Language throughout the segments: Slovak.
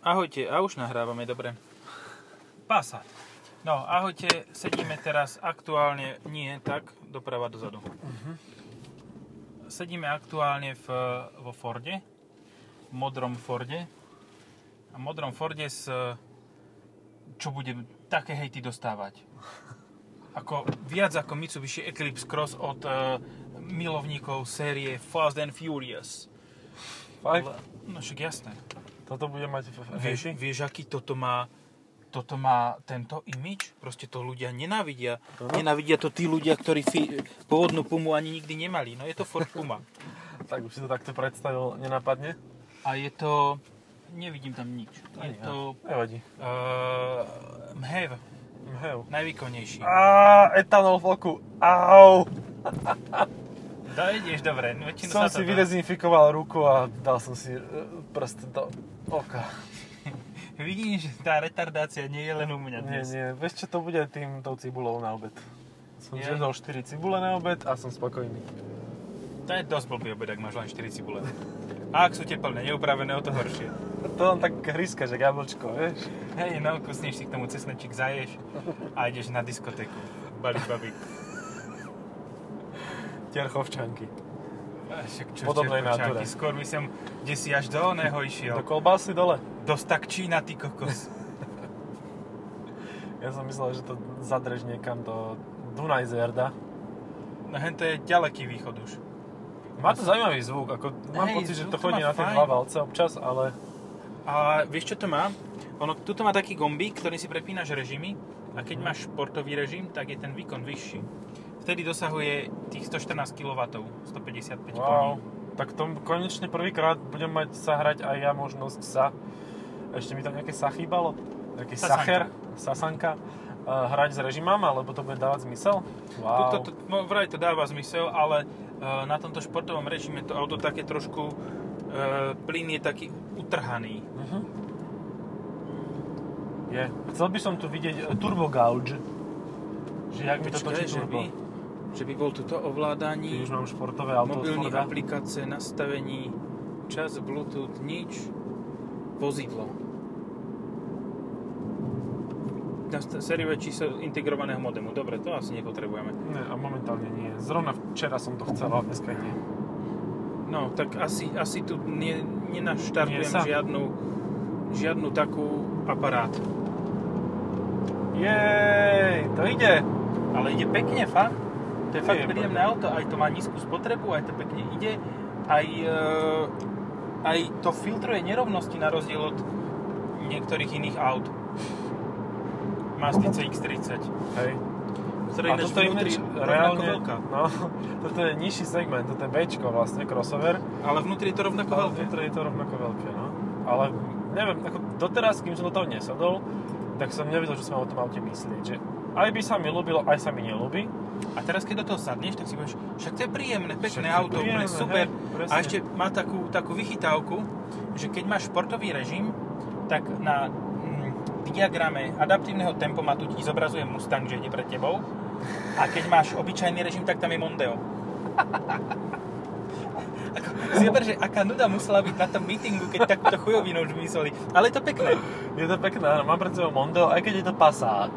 Ahojte, a už nahrávame, dobre. Passat. No, ahojte, sedíme teraz aktuálne, nie tak, doprava dozadu. Sedíme aktuálne v, vo Forde, v modrom Forde. A v modrom Forde s... Čo budem také hejty dostávať? Ako, viac ako Mitsubishi Eclipse Cross od uh, milovníkov série Fast and Furious. Fakt? Ale- No však jasné. Toto bude mať v- v- Vieš, vieš, aký toto má, toto má tento imič? Proste to ľudia nenávidia. Aha. Nenávidia to tí ľudia, ktorí fi, pôvodnú Pumu ani nikdy nemali. No je to Ford Puma. Tak už si to takto predstavil, nenapadne? A je to... Nevidím tam nič. Je Ani ja. to Nevadí. uh, mhev, Mhev. najvýkonnejší. Á, etanol v oku. Au! Da, ideš, dobre. No, väčšinou Som sa si to- vydezinfikoval ruku a dal som si e, prst do oka. Vidím, že tá retardácia nie je len u mňa Nie, dnes. nie. Vieš čo, to bude tým tou cibulou na obed. Je. Som žedol 4 cibule na obed a som spokojný. To je dosť blbý obed, ak máš len 4 cibule. A ak sú teplné, neupravené, o to horšie. To len tak hryska, že jablčko, vieš? Hej, no, kusneš si k tomu cesnečík, zaješ a ideš na diskotéku. Balíš babík. Tierchovčanky. A Však čo Podobnej ešte, náture. počáky, Skôr by som, kde si až do oného išiel. Do kolbásy dole. Do stakčína, ty kokos. Ja som myslel, že to zadrež niekam do Dunajzerda. No hen to je ďaleký východ už. Má to zaujímavý zvuk, ako mám Hej, pocit, že zvuk to to chodí má na tie fajn. dva valce občas, ale A vieš, čo to má? Ono, tuto má taký gombík, ktorý si prepínaš režimy a keď máš športový režim, tak je ten výkon vyšší. Vtedy dosahuje tých 114 kW, 155 koní. wow. Tak tom konečne prvýkrát budem mať sa hrať aj ja možnosť sa. Ešte mi tam nejaké sa chýbalo, nejaký Sasanka. sacher, sasanka, eh, hrať s režimama, lebo to bude dávať zmysel. Wow. Toto, to, no, vraj to dáva zmysel, ale e, na tomto športovom režime to auto také trošku, e, plyn je taký utrhaný. Mhm. Je. Chcel by som tu vidieť eh, turbo gauge. Že jak mi to točí Počkaj, že by, turbo. že by bol tuto Keď ovládaní, už mám športové auto od mobilných Forda. aplikácie, nastavení, čas, bluetooth, nič, vozidlo. Nasta- Sériové číslo integrovaného modemu. Dobre, to asi nepotrebujeme. Ne, a momentálne nie. Zrovna včera som to chcel, ale dneska nie. No, tak asi, asi tu ne, Nie nenaštartujem sa. žiadnu, žiadnu takú aparát. Jej, to ide. Ale ide pekne, fakt. To je fakt Je, príjemné auto, aj to má nízku spotrebu, aj to pekne ide, aj, e, aj to filtruje nerovnosti na rozdiel od niektorých iných aut. Mazdy CX-30, Hej. ktoré A ináč toto je vnútri ináč rovnako reálne, veľká. no, toto je nižší segment, toto je Bčko vlastne, crossover. Ale vnútri je to rovnako Ale veľké. vnútri je to rovnako veľké, no. Ale neviem, ako doteraz, kým som do toho nesadol, tak som nevedel, čo sa má o tom aute myslieť. Že aj by sa mi ľúbilo, aj sa mi nelúbi. A teraz, keď do toho sadneš, tak si povieš, však to je príjemné, pekné Však to je auto, úplne príjemné, super. hej, a presne. ešte má takú, takú vychytávku, že keď máš športový režim, tak na mm, diagrame adaptívneho tempomatu ti zobrazuje Mustang, že ide pred tebou. A keď máš obyčajný režim, tak tam je Mondeo. Ako, si zober, že aká nuda musela byť na tom meetingu, keď takúto chujovinu už mysleli. Ale je to pekné. Je to pekné, áno, mám pred sebou Mondo, aj keď je to pasák.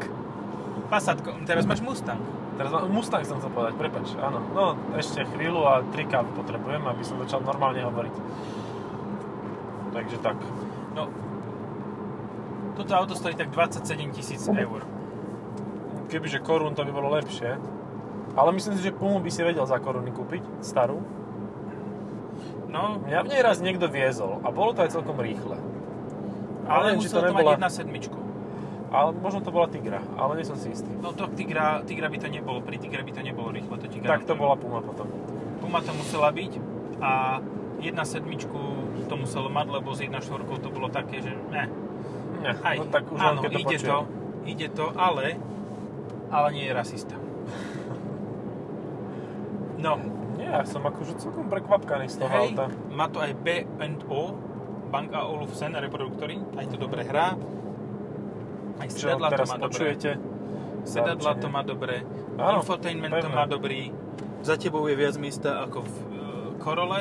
Passatko, teraz máš Mustang. Teraz mám, Mustang som chcel povedať, prepač, áno. No, ešte chvíľu a tri kávy potrebujem, aby som začal normálne hovoriť. Takže tak. No, toto auto stojí tak 27 tisíc eur. Kebyže korún, to by bolo lepšie. Ale myslím si, že Pumu by si vedel za koruny kúpiť, starú. No, Mňa v nej raz niekto viezol a bolo to aj celkom rýchle. Ale Neviem, či musel to, mať nebola- jedna sedmičku. Ale možno to bola Tigra, ale nie som si istý. No to Tigra, Tigra by to nebolo, pri Tigre by to nebolo rýchlo, to ti Tak to garantujem. bola Puma potom. Puma to musela byť a jedna sedmičku to muselo mať, lebo s jedna štvorkou to bolo také, že ne, Ne, aj, no tak už len áno, keď to ide počujem. to, ide to, ale, ale nie je rasista. No, Nie, ja som akože celkom prekvapkaný z toho hej, auta. má to aj B&O, Bank a Olufsen reproduktory, aj to dobre hrá. Aj Čo sedadla to teraz má dobre. počujete. Sedadla Zaručenie. to má dobré, no. Áno, infotainment to pevné. má dobrý, za tebou je viac miesta ako v e, Korole,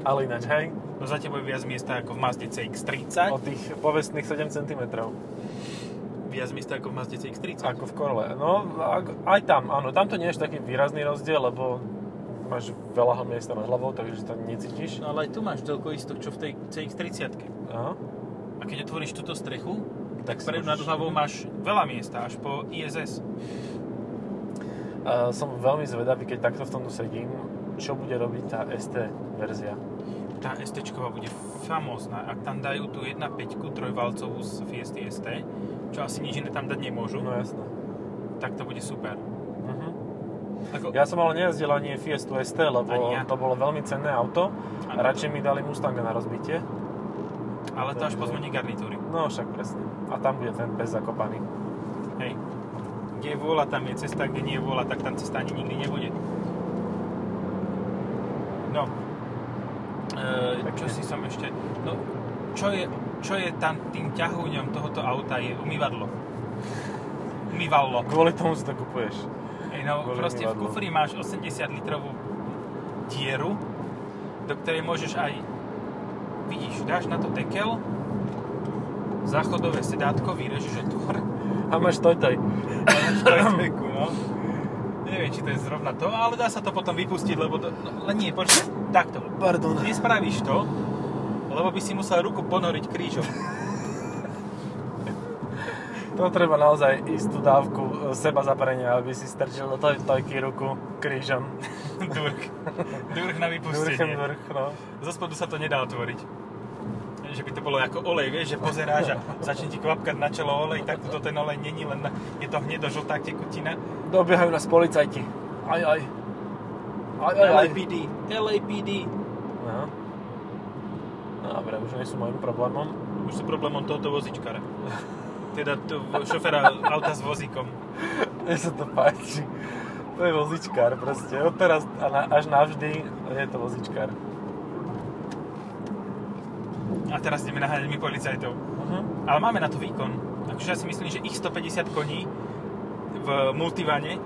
Ale ináč, hej. no za tebou je viac miesta ako v Mazde O CX-30. tých povestných 7 cm. Viac miesta ako v Mazde CX-30. Ako v Korole. No, ak- aj tam, áno. Tam to nie je až taký výrazný rozdiel, lebo máš veľa miesta nad hlavou, takže to necítiš. No, No ale aj tu máš toľko istok, čo v tej CX-30. Aha. A keď otvoríš túto strechu, tak si vpredu nad môžeš- hlavou máš veľa miesta, až po ISS. A som veľmi zvedavý, keď takto v tomto sedím, čo bude robiť tá ST verzia. Tá ST bude famózna. Ak tam dajú tú 1.5 trojvalcovú z Fiesty ST, čo asi nič iné tam dať nemôžu, No jasné. tak to bude super. Mhm. Ako, Ja som ale nejazdil ani Fiestu ST, lebo Ani ja. to bolo veľmi cenné auto. A Áno. radšej mi dali Mustanga na rozbitie. ale to až po zmene garnitúry. No však presne. A tam bude ten pes zakopaný. Hej. Kde je vôľa, tam je cesta, kde nie je vôľa, tak tam cesta ani nikdy nebude. No. E, čo si som ešte... No, čo je, čo je tam tým ťahúňom tohoto auta je umývadlo. Umývadlo. Kvôli tomu si to kupuješ. Hej, no, Kvôli proste v umývadlu. kufri máš 80 litrovú dieru, do ktorej môžeš aj, vidíš, dáš na to tekel, záchodové sedátko, vyrežeš otvor A máš tojtoj. Štrajfeku, no. Neviem, či to je zrovna to, ale dá sa to potom vypustiť, lebo to... No, ale nie, počkaj, takto. Pardon. Nespravíš to, lebo by si musel ruku ponoriť krížom. To treba naozaj istú dávku e, seba zaprenia, aby si strčil do toj, tojky ruku krížom. Durk. Durk na Vrchem vypustenie. vrch, no. Zo spodu sa to nedá otvoriť. Že by to bolo ako olej, vieš, že pozeráš a začne ti kvapkať na čelo olej, tak toto ten olej není, len na, je to hnedo žltá tekutina. Dobiehajú nás policajti. Aj, aj. Aj, aj, aj. LAPD, LAPD. No. No dobre, už nie sú môjim problémom. Už sú problémom tohoto vozičkara. Teda to, šoféra auta s vozíkom. Mne sa to páči. To je vozičkár proste. Od teraz a na, až navždy je to vozičkár. A teraz ideme naháňať my policajtov. Uh-huh. Ale máme na to výkon. Takže ja si myslím, že ich 150 koní v multivane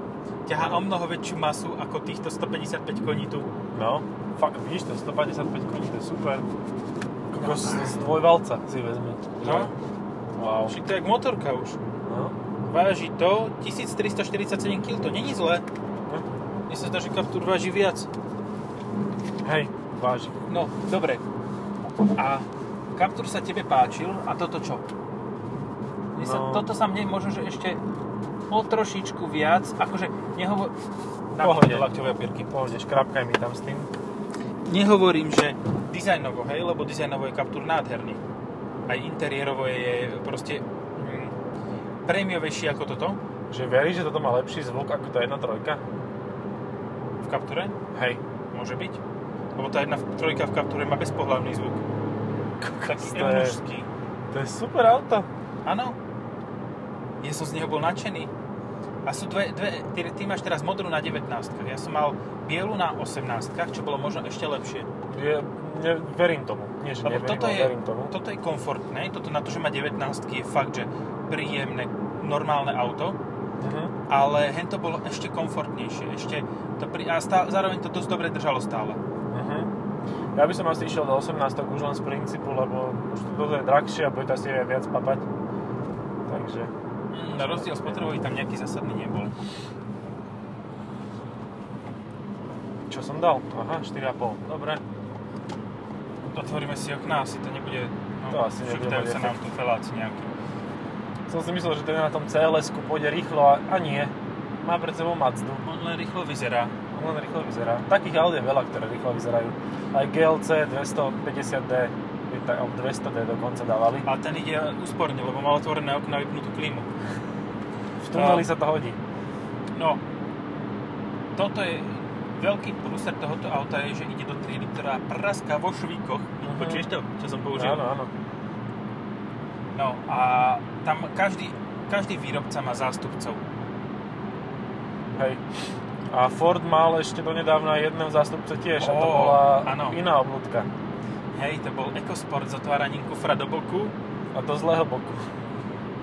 ťahá o mnoho väčšiu masu ako týchto 155 koní tu. No, fakt, vidíš to, 155 koní, to je super. Kokos z z dvojvalca si vezme. No. Wow. Však to je jak motorka už. No. Váži to 1347 kg, to není zle. No. Mne sa zdá, že Captur váži viac. Hej, váži. No, dobre. A Captur sa tebe páčil a toto čo? Mne sa, No. Toto sa mne možno, že ešte o trošičku viac, akože nehovor... Na Pohode. pohode, lakťové opierky. Pohode, škrapkaj mi tam s tým. Nehovorím, že dizajnovo, hej, lebo dizajnovo je Captur nádherný. Aj interiérovo je proste mm, prémiovejší ako toto Že veríš, že toto má lepší zvuk ako tá jedna trojka? v Capture. Hej. Môže byť. Lebo tá jedna trojka v Capture má bezpohlavný zvuk. Taký to je- mužský. To je super auto. Áno. Ja som z neho bol nadšený. A sú dve, dve ty, ty máš teraz modrú na 19 Ja som mal bielu na 18 čo bolo možno ešte lepšie. Je, ne, verím tomu. Nie, že Lebo neverím, toto ale je, verím tomu. toto je komfortné, toto na to, že má 19 je fakt, že príjemné, normálne auto, Mhm. ale hento bolo ešte komfortnejšie, ešte to pri, a stá, zároveň to dosť dobre držalo stále. Mhm. Ja by som asi išiel do 18 už len z princípu, lebo už to- toto je drahšie a bude to asi aj viac papať. Takže, Mm, Na rozdiel spotrebový tam nejaký zásadný nebol. čo som dal? Aha, 4,5. Dobre. Otvoríme si okná, asi to nebude... No, To asi nebude šuptajú mať sa nám tu feláci nejaký. Som si myslel, že to je na tom CLS-ku, pôjde rýchlo a, a nie. Má pred sebou Mazdu. On len rýchlo vyzerá. On No, len rýchlo vyzerá. Takých aut je veľa, ktoré rýchlo vyzerajú. Aj GLC 250D, by tak- alebo 200D dokonca dávali. A ten ide úsporne, lebo má otvorené okna a vypnutú klímu. V tuneli sa to hodí. No, toto je veľký prúser tohoto auta je, že ide do triedy, ktorá praská vo švíkoch. Mhm. Počuješ to, čo som použil? Áno, áno. No a tam každý, každý výrobca má zástupcov. Hej. A Ford mal ešte donedávna jedného zástupcu tiež a to Ó, bola áno. iná obľúdka. Hej, to bol EcoSport s otváraním kufra do boku. A to z lého boku.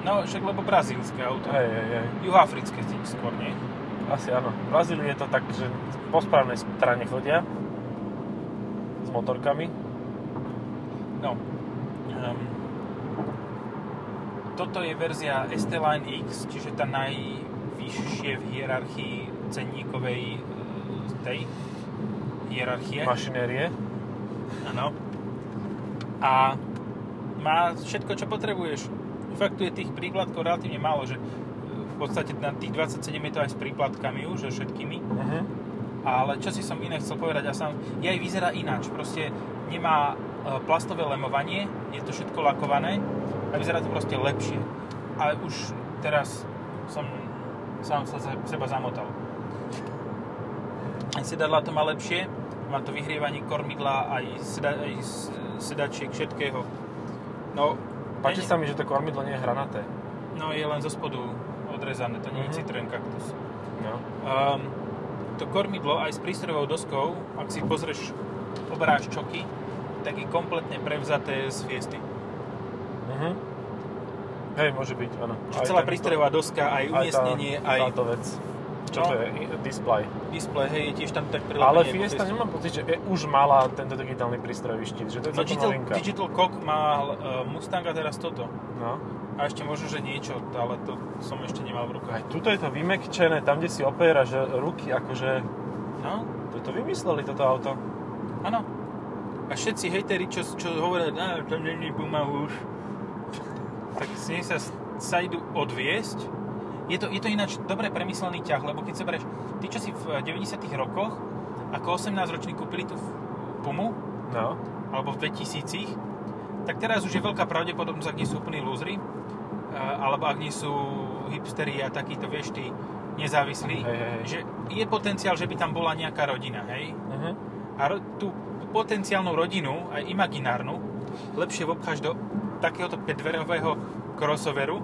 No, však lebo brazílske auto. Hej, hej, hej. Juhoafrické tým skôr, nie? Asi áno. V Brazílii je to tak, že po správnej strane chodia s motorkami. No. Um, toto je verzia ST Line X, čiže tá najvyššie v hierarchii cenníkovej e, tej hierarchie. mašinérie. Áno. A má všetko, čo potrebuješ. Fakt tu je tých príplatkov relatívne málo, že e, v podstate na tých 27 je to aj s príplatkami už, že všetkými. Uh-huh. Mhm. Ale čo si som iné chcel povedať, a sám, je aj vyzerá ináč, proste nemá e, plastové lemovanie, je to všetko lakované a vyzerá to proste lepšie. Ale už teraz som sám sa za- seba zamotal. Aj sedadla to má lepšie, má to vyhrievanie kormidla, aj, seda, aj s- sedačiek, všetkého. No, Páči je- sa mi, že to kormidlo nie je hranaté. No, je len zo spodu odrezané, to nie Mhm. je citrón kaktus. No. Um, to kormidlo aj s prístrojovou doskou, ak si pozrieš obráž čoky, tak je kompletne prevzaté z Fiesty. Uh-huh. Hej, môže byť, áno. Čiže Aj celá tento- prístrojová doska, aj aj tá- umiestnenie, aj, Táto vec. Čo No. to je? I- Display. displej, hej, je tiež tam tak prilepené. Ale po Fiesta ceste. nemám pocit, že je, už mala tento digitálny prístrojový štít, že to je No, celkom digital, novinka. digital Cock má uh, Mustang a teraz toto. No. A ešte možno, že niečo, ale to som ešte nemal v Aj rukách. tuto je to vymekčené, tam, kde si opieraš ruky, akože... No, Toto vymysleli, toto auto. áno. A všetci hejteri, čo, čo hovoria, že to není Puma už, tak si nech sa, sa idú odviesť. Je to, je to ináč dobre premyslený ťah, lebo keď sa bereš, tí, čo si v 90 rokoch, ako 18-roční kúpili tú Pumu, No. alebo v 2000 tak teraz už je veľká pravdepodobnosť, ak nie sú úplní lúzri, eh, alebo ak nie sú hipsteri a takíto, vieš, tí nezávislí, Hej, hej, hej. že je potenciál, že by tam bola nejaká rodina, hej? Uh-huh. a ro- tú potenciálnu rodinu, aj imaginárnu, lepšie obcháš do takéhoto pedverového crossoveru,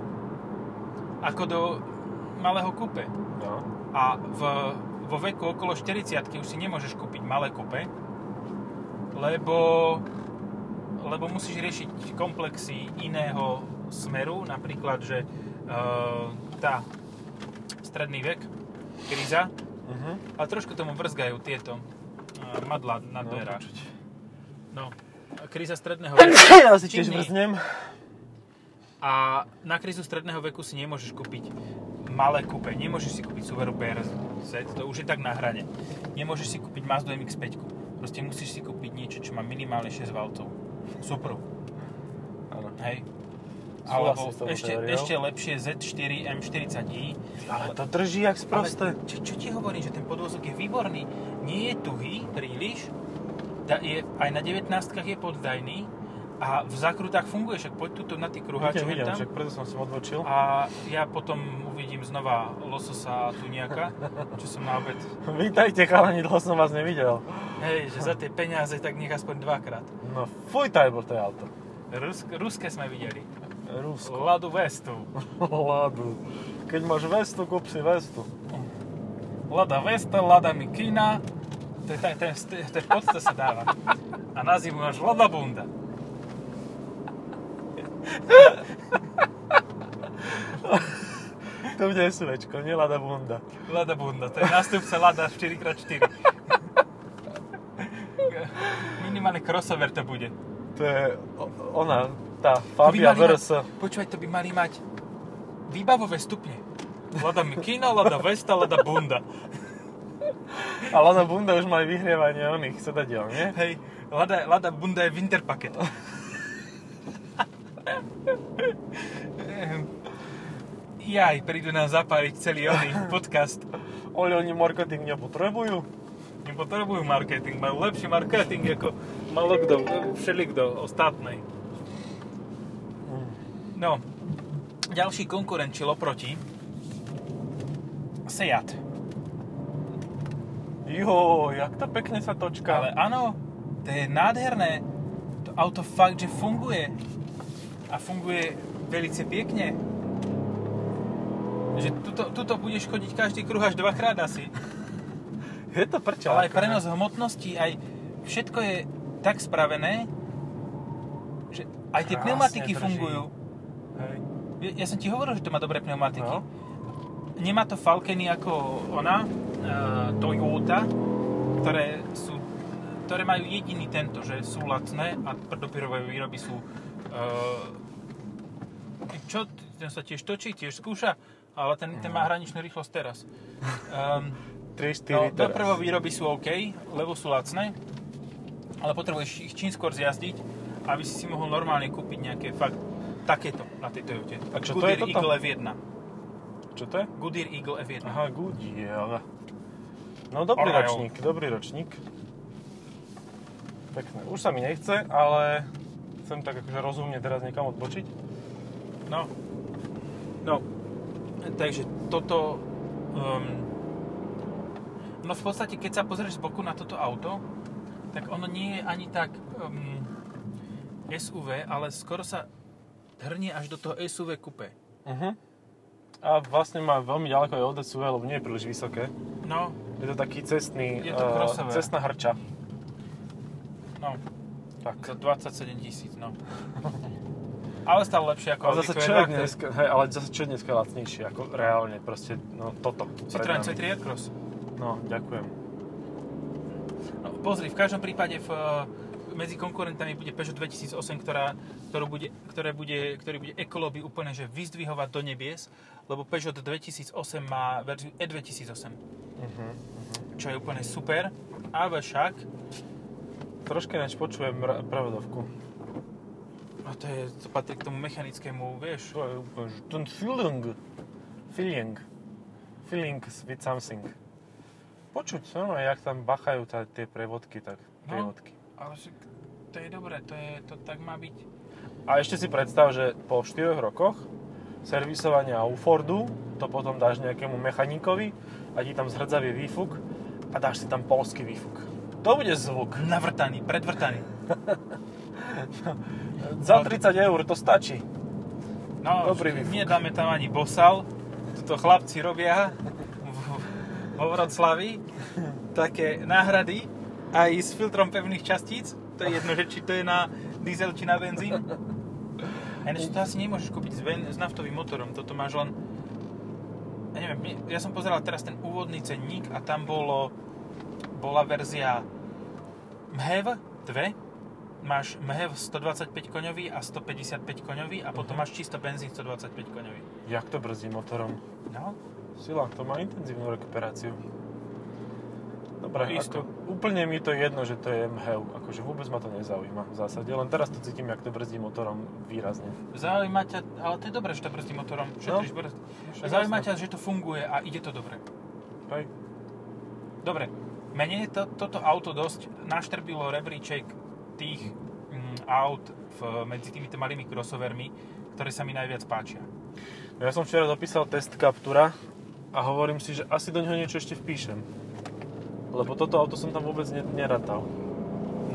ako do malého kupe. No. A v, vo veku okolo 40 už si nemôžeš kúpiť malé kupe, lebo, lebo musíš riešiť komplexy iného smeru, napríklad, že uh, tá stredný vek, kríza, Uh-huh. a trošku tomu vrzgajú tieto uh, madla na No, dverách. počuť. No, kríza stredného veku. Ja si tiež tiež vrznem. A na krízu stredného veku si nemôžeš kúpiť malé kúpe. Nemôžeš si kúpiť Subaru BRZ, to už je tak na hrane. Nemôžeš si kúpiť Mazdu MX-5. Proste musíš si kúpiť niečo, čo má minimálne 6 valcov. Super, Áno. hej. Súhlasím Alebo s touto ešte, teóriou. ešte lepšie Z4 M40i. Ale to drží jak sprosté. Ale čo, čo ti hovorím, že ten podvozok je výborný, nie je tuhý príliš, tá je, aj na 19 je poddajný a v zakrutách funguje, však poď tuto na tých Vidím, kruháčoch vidím, tam. však preto som si odbočil. A ja potom uvidím znova lososa a tuniaka, čo som na obed. Vítajte, chalani, dlho som vás nevidel. Hej, že za tie peniaze tak nech aspoň dvakrát. No fuj, taj bol to je auto. Rusk, ruské sme videli. Rusko. Ladu Vestu. Ladu. Keď máš vestu, kúp si vestu. Lada Vesta, Lada Mikina, to je, ten, ten, st- to je pod, to sa dáva. A na zimu máš Lada Bunda. To bude SUVčko, nie Lada Bunda. Lada Bunda, to je nástupca Lada 4x4. Minimálne crossover to bude. To je o- ona, tá To by Fabia mali mať- VRS. Počúvaj, to by mali mať výbavové stupne. Lada Mikina, Lada Vesta, Lada Bunda. A Lada Bunda už mali vyhrievanie oných sedadiel, nie? Hej, Lada, Lada Bunda je winter paket. Ehm, Jaj, prídu nám zapáliť celý oný podcast. Oli, oni marketing nepotrebujú. Nepotrebujú marketing, majú lepší marketing ako malo kto, všelikto ostatnej. No, ďalší konkurent čil oproti Seat. Jo, jak to pekne sa točka. Ale áno, to je nádherné. To auto fakt, že funguje. A funguje velice pekne. Že tuto, tuto budeš chodiť každý kruh až dvakrát asi. je to prčel. Ale aj prenos hmotnosti, aj všetko je tak spravené, že aj tie Krásne pneumatiky drží. fungujú. Hej. Ja- Ja som ti hovoril, že to má dobré pneumatiky. No. No. Nemá to Falcony ako ona, e, Toyota, ktoré sú ktoré majú jediný tento, že sú lacné a tvrdopierové výroby sú... eh, čo, ten sa tiež točí, tiež skúša, ale ten, ten má Mm. hraničnú rýchlosť teraz. Um, no, 3, 4 teraz. doprvo výroby sú OK, lebo sú lacné, ale potrebuješ ich čím skôr zjazdiť, aby si si mohol normálne kúpiť nejaké fakt takéto na tej Toyote. A čo to Goodyear je toto? Eagle F1. Čo to je? Goodyear Eagle F1. Aha, Goodyear. No dobrý Oreo. ročník, dobrý ročník. Pekné. Už sa mi nechce, ale chcem tak akože rozumne teraz niekam odbočiť. No. No. Takže toto... Um, no v podstate, keď sa pozrieš z boku na toto auto, tak ono nie je ani tak um, SUV, ale skoro sa hrnie až do toho SUV kupe. Uh-huh. A vlastne má veľmi ďaleko aj od SUV, lebo nie je príliš vysoké. No, Je to taký cestný, Je to eh, crossover. cestná hrča. no, Tak. za 27 tisíc, no. Ale stále lepšie ako Audi E Ale zase Q2, čo je ktoré- dneska, hej, ale zase čo je dneska lacnejšie, ako reálne, proste, no toto. pred Citroen nami. C3 Aircross. No, ďakujem. No, pozri, v každom prípade v, eh, medzi konkurentami bude Peugeot 2008, ktorá, ktorú bude, ktoré bude, ktorý bude ekolóby úplne že vyzdvihovať do nebies, lebo Peugeot 2008 má verziu E2008, Uh-huh. čo je úplne super, ale však, Troška ináč počujem ra- prevodovku. no to, je, to patrí k tomu mechanickému, vieš, Čo je úplne, že ten feeling, feeling, feeling with something. Počuť, no, jak tam bachajú tá, tie prevodky, tak No. prievodky. ale však to je dobré, to, je, to tak má byť. A ešte si predstav, že po 4 rokoch servisovania u Fordu to potom dáš nejakému mechaníkovi a ti tam zhrdzavie výfuk a dáš si tam polský výfuk. To bude zvuk. Navrtaný, predvrtaný. Za 30 eur to stačí. No, Dobrý už výfuk. nedáme tam ani bosal, tuto chlapci robia v, vo Vroclavi také náhrady aj s filtrom pevných častíc, to je jedno, že či to je na diesel či na benzín. A ináč to asi nemôžeš kúpiť s, ben, s naftovým motorom, toto máš len... Ja neviem, my- ja som pozeral teraz ten úvodný cenník a tam bolo, bola verzia E MHEV 2, máš MHEV 125 koňový a 155 koňový a potom máš čisto benzín 125 koňový. Jak to brzdí motorom? No, Sila, to má intenzívnu rekuperáciu. No, Dobre, isto. ako, úplne mi to jedno, že to je MHEV. Akože vôbec ma to nezaujíma v zásade. Len teraz to cítim, jak to brzdí motorom výrazne. zaujíma ťa, ale to je dobré, že to brzdí motorom, šetríš no. brzd. Zaujíma ťa, že to funguje a ide to dobre. Hej. Dobre, mene to, toto auto dosť naštrbilo rebríček tých mm, aut v, medzi týmito malými crossovermi, ktoré sa mi najviac páčia. Ja som včera dopísal test Captura a hovorím si, že asi do neho niečo ešte vpíšem. Lebo toto auto som tam vôbec ne- nerátal.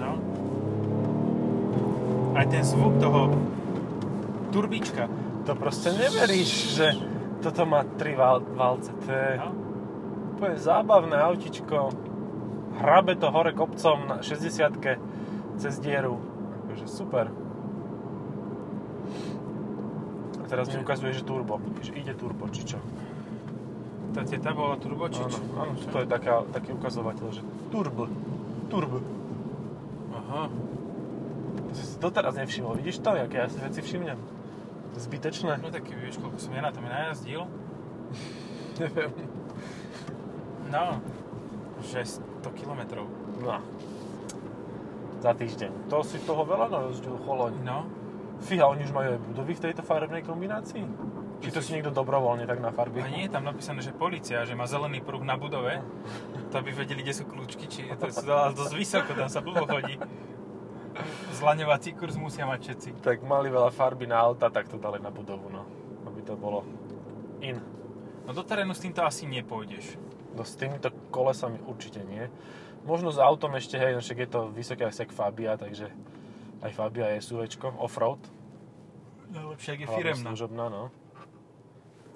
No. Aj ten zvuk toho turbička. To proste neveríš, že toto má tri val- valce. To je No. úplne zábavné autičko. Hrabe to hore kopcom na 60 cez dieru. Akože super. A teraz mi Nie. ukazuje, že turbo. Že ide turbo, či čo? To je tá bola turbočič. Áno, áno, to je taká, taký ukazovateľ, že turbo. Turbo. Aha. To si si doteraz nevšimol, vidíš to, aké ja si veci všimnem? Zbytečné. No taký vieš, koľko som ja na tom najazdil. Neviem. No, že 100 kilometrov. No. Za týždeň. To si toho veľa najazdil, choloň. No, Fíha, oni už majú aj budovy v tejto farebnej kombinácii? Či to si niekto dobrovoľne tak na farby? a nie je tam napísané, že policia, že má zelený pruh na budove, to aby vedeli, kde sú kľúčky, či to je ale dosť vysoko, tam sa blbo chodí. Zlaňovací kurz musia mať všetci. Tak mali veľa farby na auta, tak to dali na budovu, no. Aby to bolo in. No do terénu s týmto asi nepôjdeš. No s týmito kolesami určite nie. Možno s autom ešte, hej, no však je to vysoké asi jak Fabia, takže aj Fabia je SUVčko, offroad. Najlepšie, ak je hlavne firemná. Služobná, no.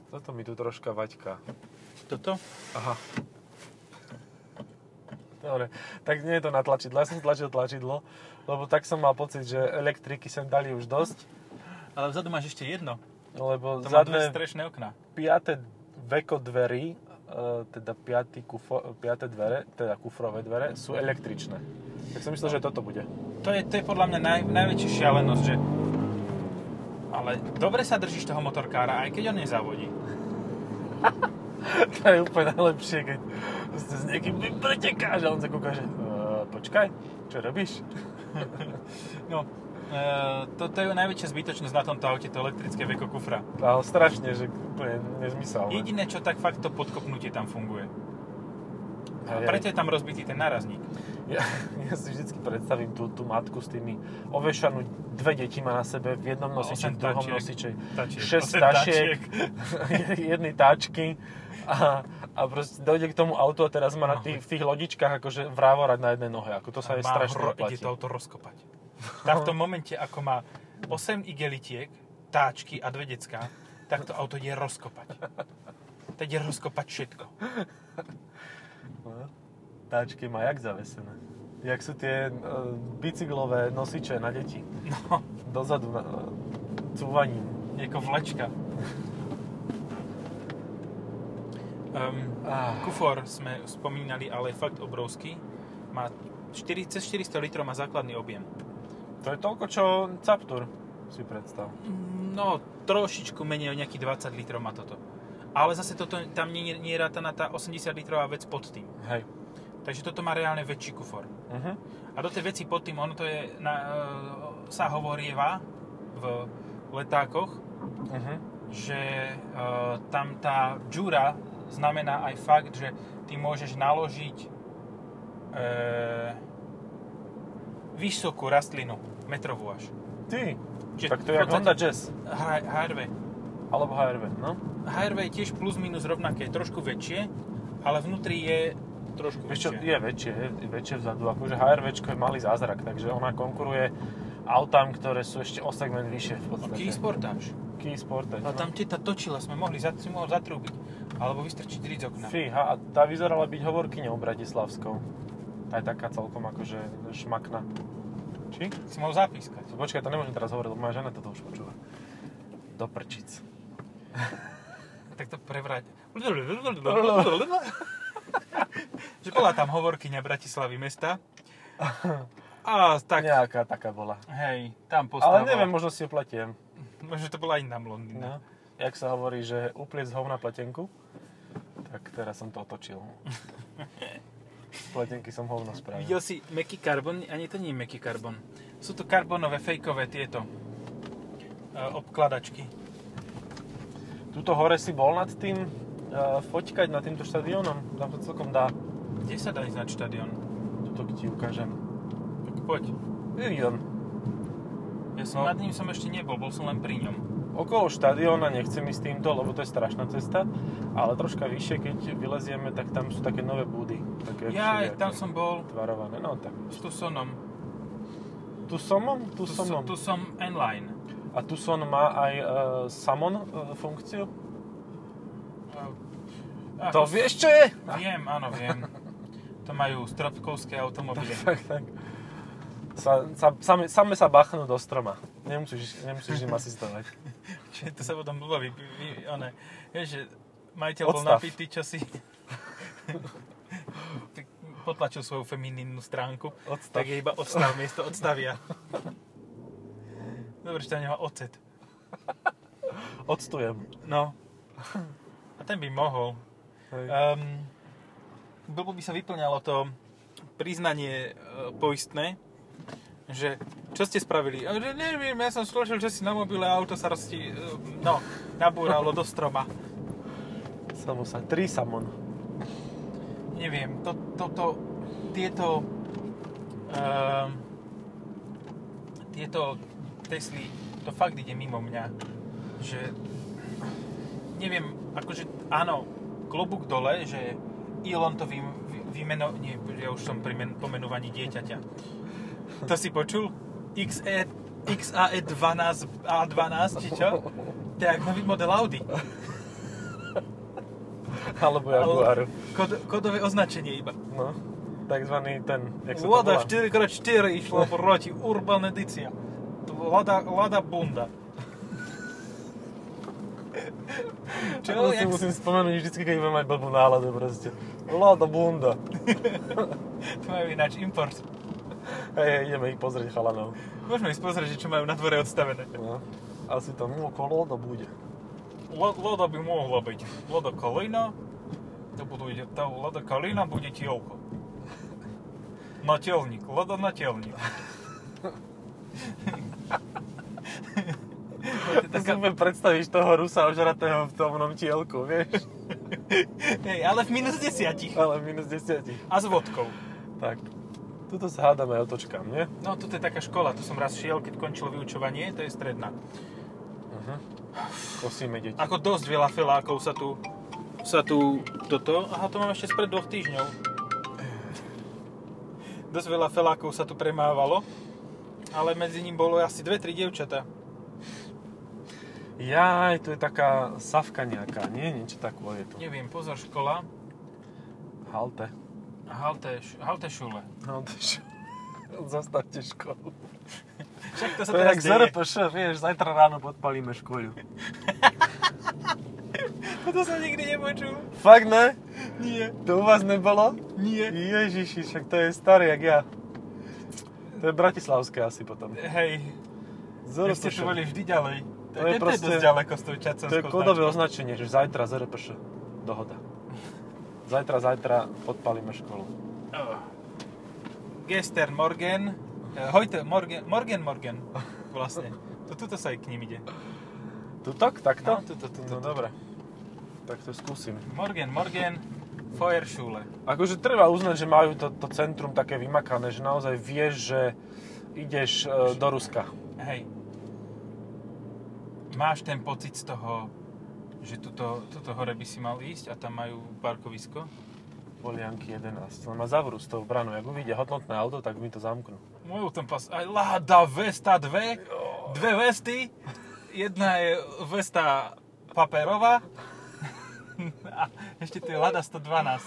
Toto mi tu troška vaťka. Toto? Aha. Dobre, tak nie je to na tlačidle, ja som tlačil tlačidlo, lebo tak som mal pocit, že elektriky sem dali už dosť, Ale vzadu máš ešte jedno. lebo To má dve zadné strešné okná. piaté veko dverí, e, teda piaty kufo, piaté dvere, teda kufrové dvere, sú električné. Tak som myslel, že toto bude. To je, to je podľa mňa naj, najväčšia šialenosť, že... Ale dobre sa držíš toho motorkára, aj keď on nezavodí. to je úplne najlepšie, keď ste s niekým pretekáš a on sa kúka, že "Eh, počkaj, čo robíš? No, e, to, to je najväčšia zbytočnosť na tomto aute, to elektrické veko kufra. Ale strašne, že úplne nezmysel. ne? Jediné, čo tak fakt to podkopnutie tam funguje. Hej, A hej. preto je tam rozbitý ten narazník. Ja, ja si vždycky predstavím tú, tú matku s tými ovešanú dve deti má na sebe v jednom nosiči, osem v druhom tačiek. nosiči. Tačiek, 6 osem tašiek, jedny táčky a, a proste dojde k tomu autu a teraz má na tých, v tých lodičkách akože vrávorať na jednej nohe. Ako to No. sa A aj má strašne hro- oplatí. ide to auto rozkopať. Tak v tom momente, ako má 8 igelitiek, táčky a dve decka, tak to auto ide rozkopať. To ide rozkopať všetko. Táčky má jak zavesené. Jak sú tie e, bicyklové nosiče na deti. No, Dozadu na, e, cúvaním. ako vlečka. Um, Ah. kufor sme spomínali, ale je fakt obrovský. Má 4, cez 400 litrov má základný objem. To je toľko, čo Captur si predstav. No, trošičku menej, o nejakých 20 litrov má toto. Ale zase toto, tam nie, nie je rátaná tá 80 litrová vec pod tým. Hej. Takže toto má reálne väčší kufor. Mhm. A do tej veci pod tým, ono to je, na, e, sa hovorieva v letákoch, Mhm. že e, tam tá džúra znamená aj fakt, že ty môžeš naložiť e, vysokú rastlinu, metrovú až. Ty, Čiže tak to je v jak podstate Honda Jazz. H- HRV. Alebo HRV, no. HRV je tiež plus minus rovnaké, trošku väčšie, ale vnútri je trošku Vieš čo, väčšie. je väčšie, je väčšie vzadu. Akože HRVčko je malý zázrak, takže ona konkuruje autám, ktoré sú ešte o segment vyššie v No, podstate. Key Sportage. Key Sportage. Ale tam teta točila, sme mohli, za- si mohol zatrúbiť. Alebo vystrčiť driť z okna. Fíha, no. a tá vyzerala byť hovorkyňou bratislavskou. Tá je taká celkom akože šmakná. Či? Si mohol zapískať. To Počkaj, to nemôžem teraz hovoriť, lebo moja žena toto už počúva. Do prčic. Tak to prevrať. že bola tam hovorkyňa Bratislavy mesta. A tak, Nejaká taká bola. hej, tam Ale postava. neviem, možno si ju pletiem. Možno to bola iná Londýna. No. Jak sa hovorí, že upliec hov na pletenku, tak teraz som to otočil. Z pletenky som hovno spravil. Videl si Meky Carbon? Ani to nie je Meky Carbon. Sú to karbonové, fejkové tieto e, obkladačky. Tuto hore si bol nad tým uh, foťkať, nad týmto štadiónom? Tam to celkom dá. Kde sa dá ísť na štadión? Tuto ti ukážem. Tak poď. Vidím. Ja som, No. nad ním som ešte nebol, bol som len pri ňom. Okolo štadióna nechcem ísť týmto, lebo to je strašná cesta, ale troška vyššie, keď vylezieme, tak tam sú také nové budy. Také Ja, všelijaké tam som bol Tvarované, no tak. s Tucsonom. Tu somom, tu Tu som, somom. tu som N-Line. A tu son má aj e, samon e, funkciu? Ako to s- vieš, čo je? Viem, áno, viem. To majú stropkovské automobily. tak, tak. Sa, sa, same, same sa bachnú do stroma. Nemusíš, nemusíš im asistovať. Čiže to sa potom blbo vy, vy, one. Vieš, že majiteľ bol Odstav. napitý, čo si... tak potlačil svoju feminínu stránku. Odstav. Tak je iba odstav, miesto odstavia. Dobre, že tam nemá ocet. Odstujem. No. A ten by mohol. Hej. Um, blbo by sa vyplňalo to priznanie e, poistné, že čo ste spravili? A že neviem, ja som složil, že si na mobile a auto sa rosti, e, no, nabúralo do stroma. Samo sa, tri samon. Neviem, to, to, to, tieto um, tieto Tesly, to fakt ide mimo mňa, že neviem, akože áno, klobúk dole, že Elon to vy, vy, vymeno, nie, ja už som pri men, pomenovaní dieťaťa. To si počul? E, XE, XAE 12, A12, či čo? To je jak nový model Audi. Alebo Jaguar. Kod, kodové označenie iba. No, takzvaný ten, jak sa to Lada volá? 4x4 išla proti Urban Edícia. To bol Lada, Lada Bunda. Čo si No, jak musím spomenúť vždycky, keď budem mať blbú náladu proste. Lada bunda. to majú ináč import. Hej, hej, ideme ich pozrieť chalanov. Môžeme ísť pozrieť, že čo majú na dvore odstavené. No. Asi tam okolo to bude. Lo- Lodo by mohlo byť. Lodo Kolína. To budú, to Lodo Kolína bude tielko. Natelník. Lodo natelník. To je Ty si taká- úplne predstavíš toho Rusa ožratého v tomnom tielku, vieš? Hej, ale v minus desiatich. Ale minus 10. A s vodkou. Tak. Tuto sa hádame otočkám, nie? No, toto je taká škola, tu som raz šiel, keď končilo vyučovanie, to je stredná. Uh-huh. Kosíme deti. Ako dosť veľa felákov sa tu, sa tu toto, aha, to mám ešte spred dvoch týždňov. Dosť veľa felákov sa tu premávalo, ale medzi ním bolo asi dve, tri dievčatá. Jaj, tu je taká savka nejaká, nie? Niečo takové je to. Neviem, pozor, škola, Halte. Halteš, Haltešule. Halte šo- Zastavte školu. Však to sa To je teraz jak deje. ZRPŠ, vieš, zajtra ráno podpalíme školu. Toto som nikdy nepočul. Fakt ne? Nie, To u vás nebolo? nie. Ježiši, však to je starý jak ja. To je bratislavské asi potom. Hej, vy ste tu boli ZRPŠ. vždy ďalej. To, je, To je to je proste- dosť ďaleko s tou čacou To je kódové označenie, že zajtra ZRPŠ. Dohoda. Zajtra, zajtra podpalíme školu. Oh. Gestern Morgen. Eh, Heute Morgen, Morgen Morgen. Vlastne. To tuto sa aj k ním ide. Tuto? No, Takto? tuto, tuto, tuto. No dobre. Tak to skúsim. Morgen Morgen. Feuerschule. Akože treba uznať, že majú to, to centrum také vymakané, že naozaj vieš, že ideš e, do Ruska. Hej. Máš ten pocit z toho, že tuto, tuto hore by si mal ísť a tam majú parkovisko? Polianky 11. Len ma zavrú s tou branou. Jak uvidia hodnotné auto, tak mi to zamknú. Majú tam pas... Aj Lada Vesta 2. Dve vesty. Jedna je Vesta paperová. A ešte tu je Lada 112.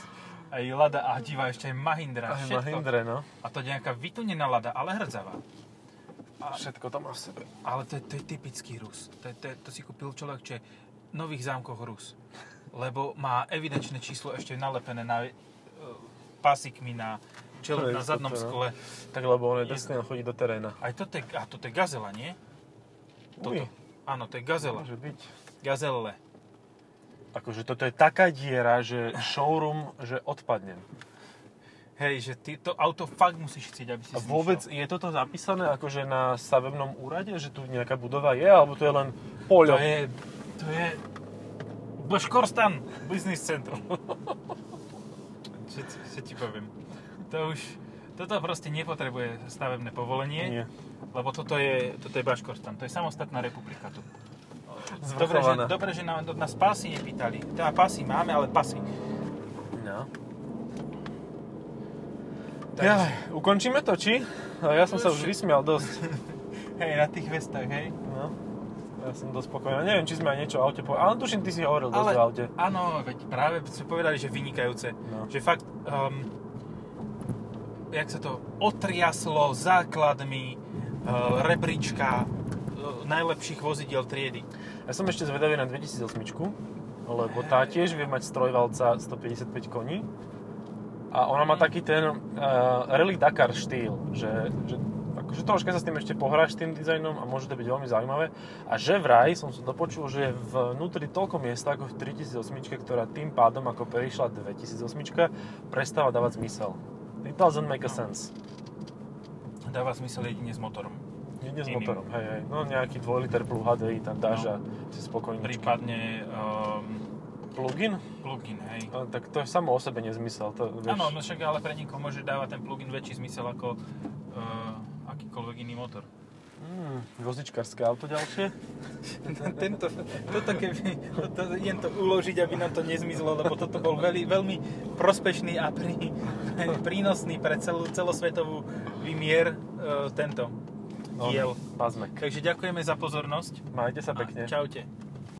Aj Lada, a diva, ešte aj Mahindra. Aj všetko. Mahindre, no. A to nejaká vytunená Lada, ale hrdzavá. Všetko to má v sebe. Ale to, je- to je typický Rus. To, je- to, je- to si kúpil človek, čo je v nových zámkoch Rus. Lebo má evidenčné číslo ešte nalepené na e, pasikmi na čelo, To je na zadnom toto, no. skle. Tak lebo on je Je- drsný, on chodí do teréna. Aj toto je, a toto je gazela, nie? Toto. Uj, Áno, to je gazela. môže byť. Gazelle. Akože toto je taká diera, že showroom, že odpadnem. Hej, že ty to auto fakt musíš chcieť, aby si A si vôbec išiel. je toto zapísané akože na stavebnom úrade, že tu nejaká budova je, alebo to je len To poľo? je, to je Baškorstan Business Centrum. čo, ti- čo ti poviem. To už, toto proste nepotrebuje stavebné povolenie, Nie. lebo toto je, toto je Baškorstan, to je samostatná republika tu. Dobre, že, Zvrchovaná. dobre, že nám, nás pasy nepýtali. Teda pasy máme, ale pasy. No. Takže- Ja, ukončíme to, či? No, Ja som sa už Už- vysmial dosť. Hej, na tých vestách, hej. No. Ja som dosť spokojný. Neviem, či sme aj niečo o aute povedali. Ale tuším, ty si hovoril dosť o aute. áno, veď práve sme povedali, že vynikajúce. No. Že fakt, um, jak sa to otriaslo základmi uh, rebríčka uh, najlepších vozidiel triedy. Ja som ešte zvedavý na 2008, lebo tá tiež vie mať strojvalca 155 koní. A ona má taký ten uh, Rally Dakar štýl, že, že akože troška sa s tým ešte pohráš s tým dizajnom a môže to byť veľmi zaujímavé. A že vraj som sa dopočul, že je vnútri toľko miesta ako v 3008, ktorá tým pádom ako prešla 2008, prestáva dávať zmysel. It doesn't make a sense. Dáva zmysel jedine s motorom. Jedine s Iným. motorom, hej, hej. No nejaký 2 liter plug HDI tam dáš No. a si spokojný. Prípadne um, Plugin? plugin, hej. No, tak to je samo o sebe nezmysel, to vieš. Áno, no však ale pre niekoho môže dávať ten plugin väčší zmysel ako uh, akýkoľvek iný motor. Mm, vozičkárske auto ďalšie. Tento, toto keby, toto, idem to uložiť, aby nám to nezmizlo, lebo toto bol veľmi, veľmi prospešný a prí, prínosný pre celú, celosvetovú výmier e, tento diel. Pazmek. No, Takže ďakujeme za pozornosť. Majte No, sa a pekne. Čaute.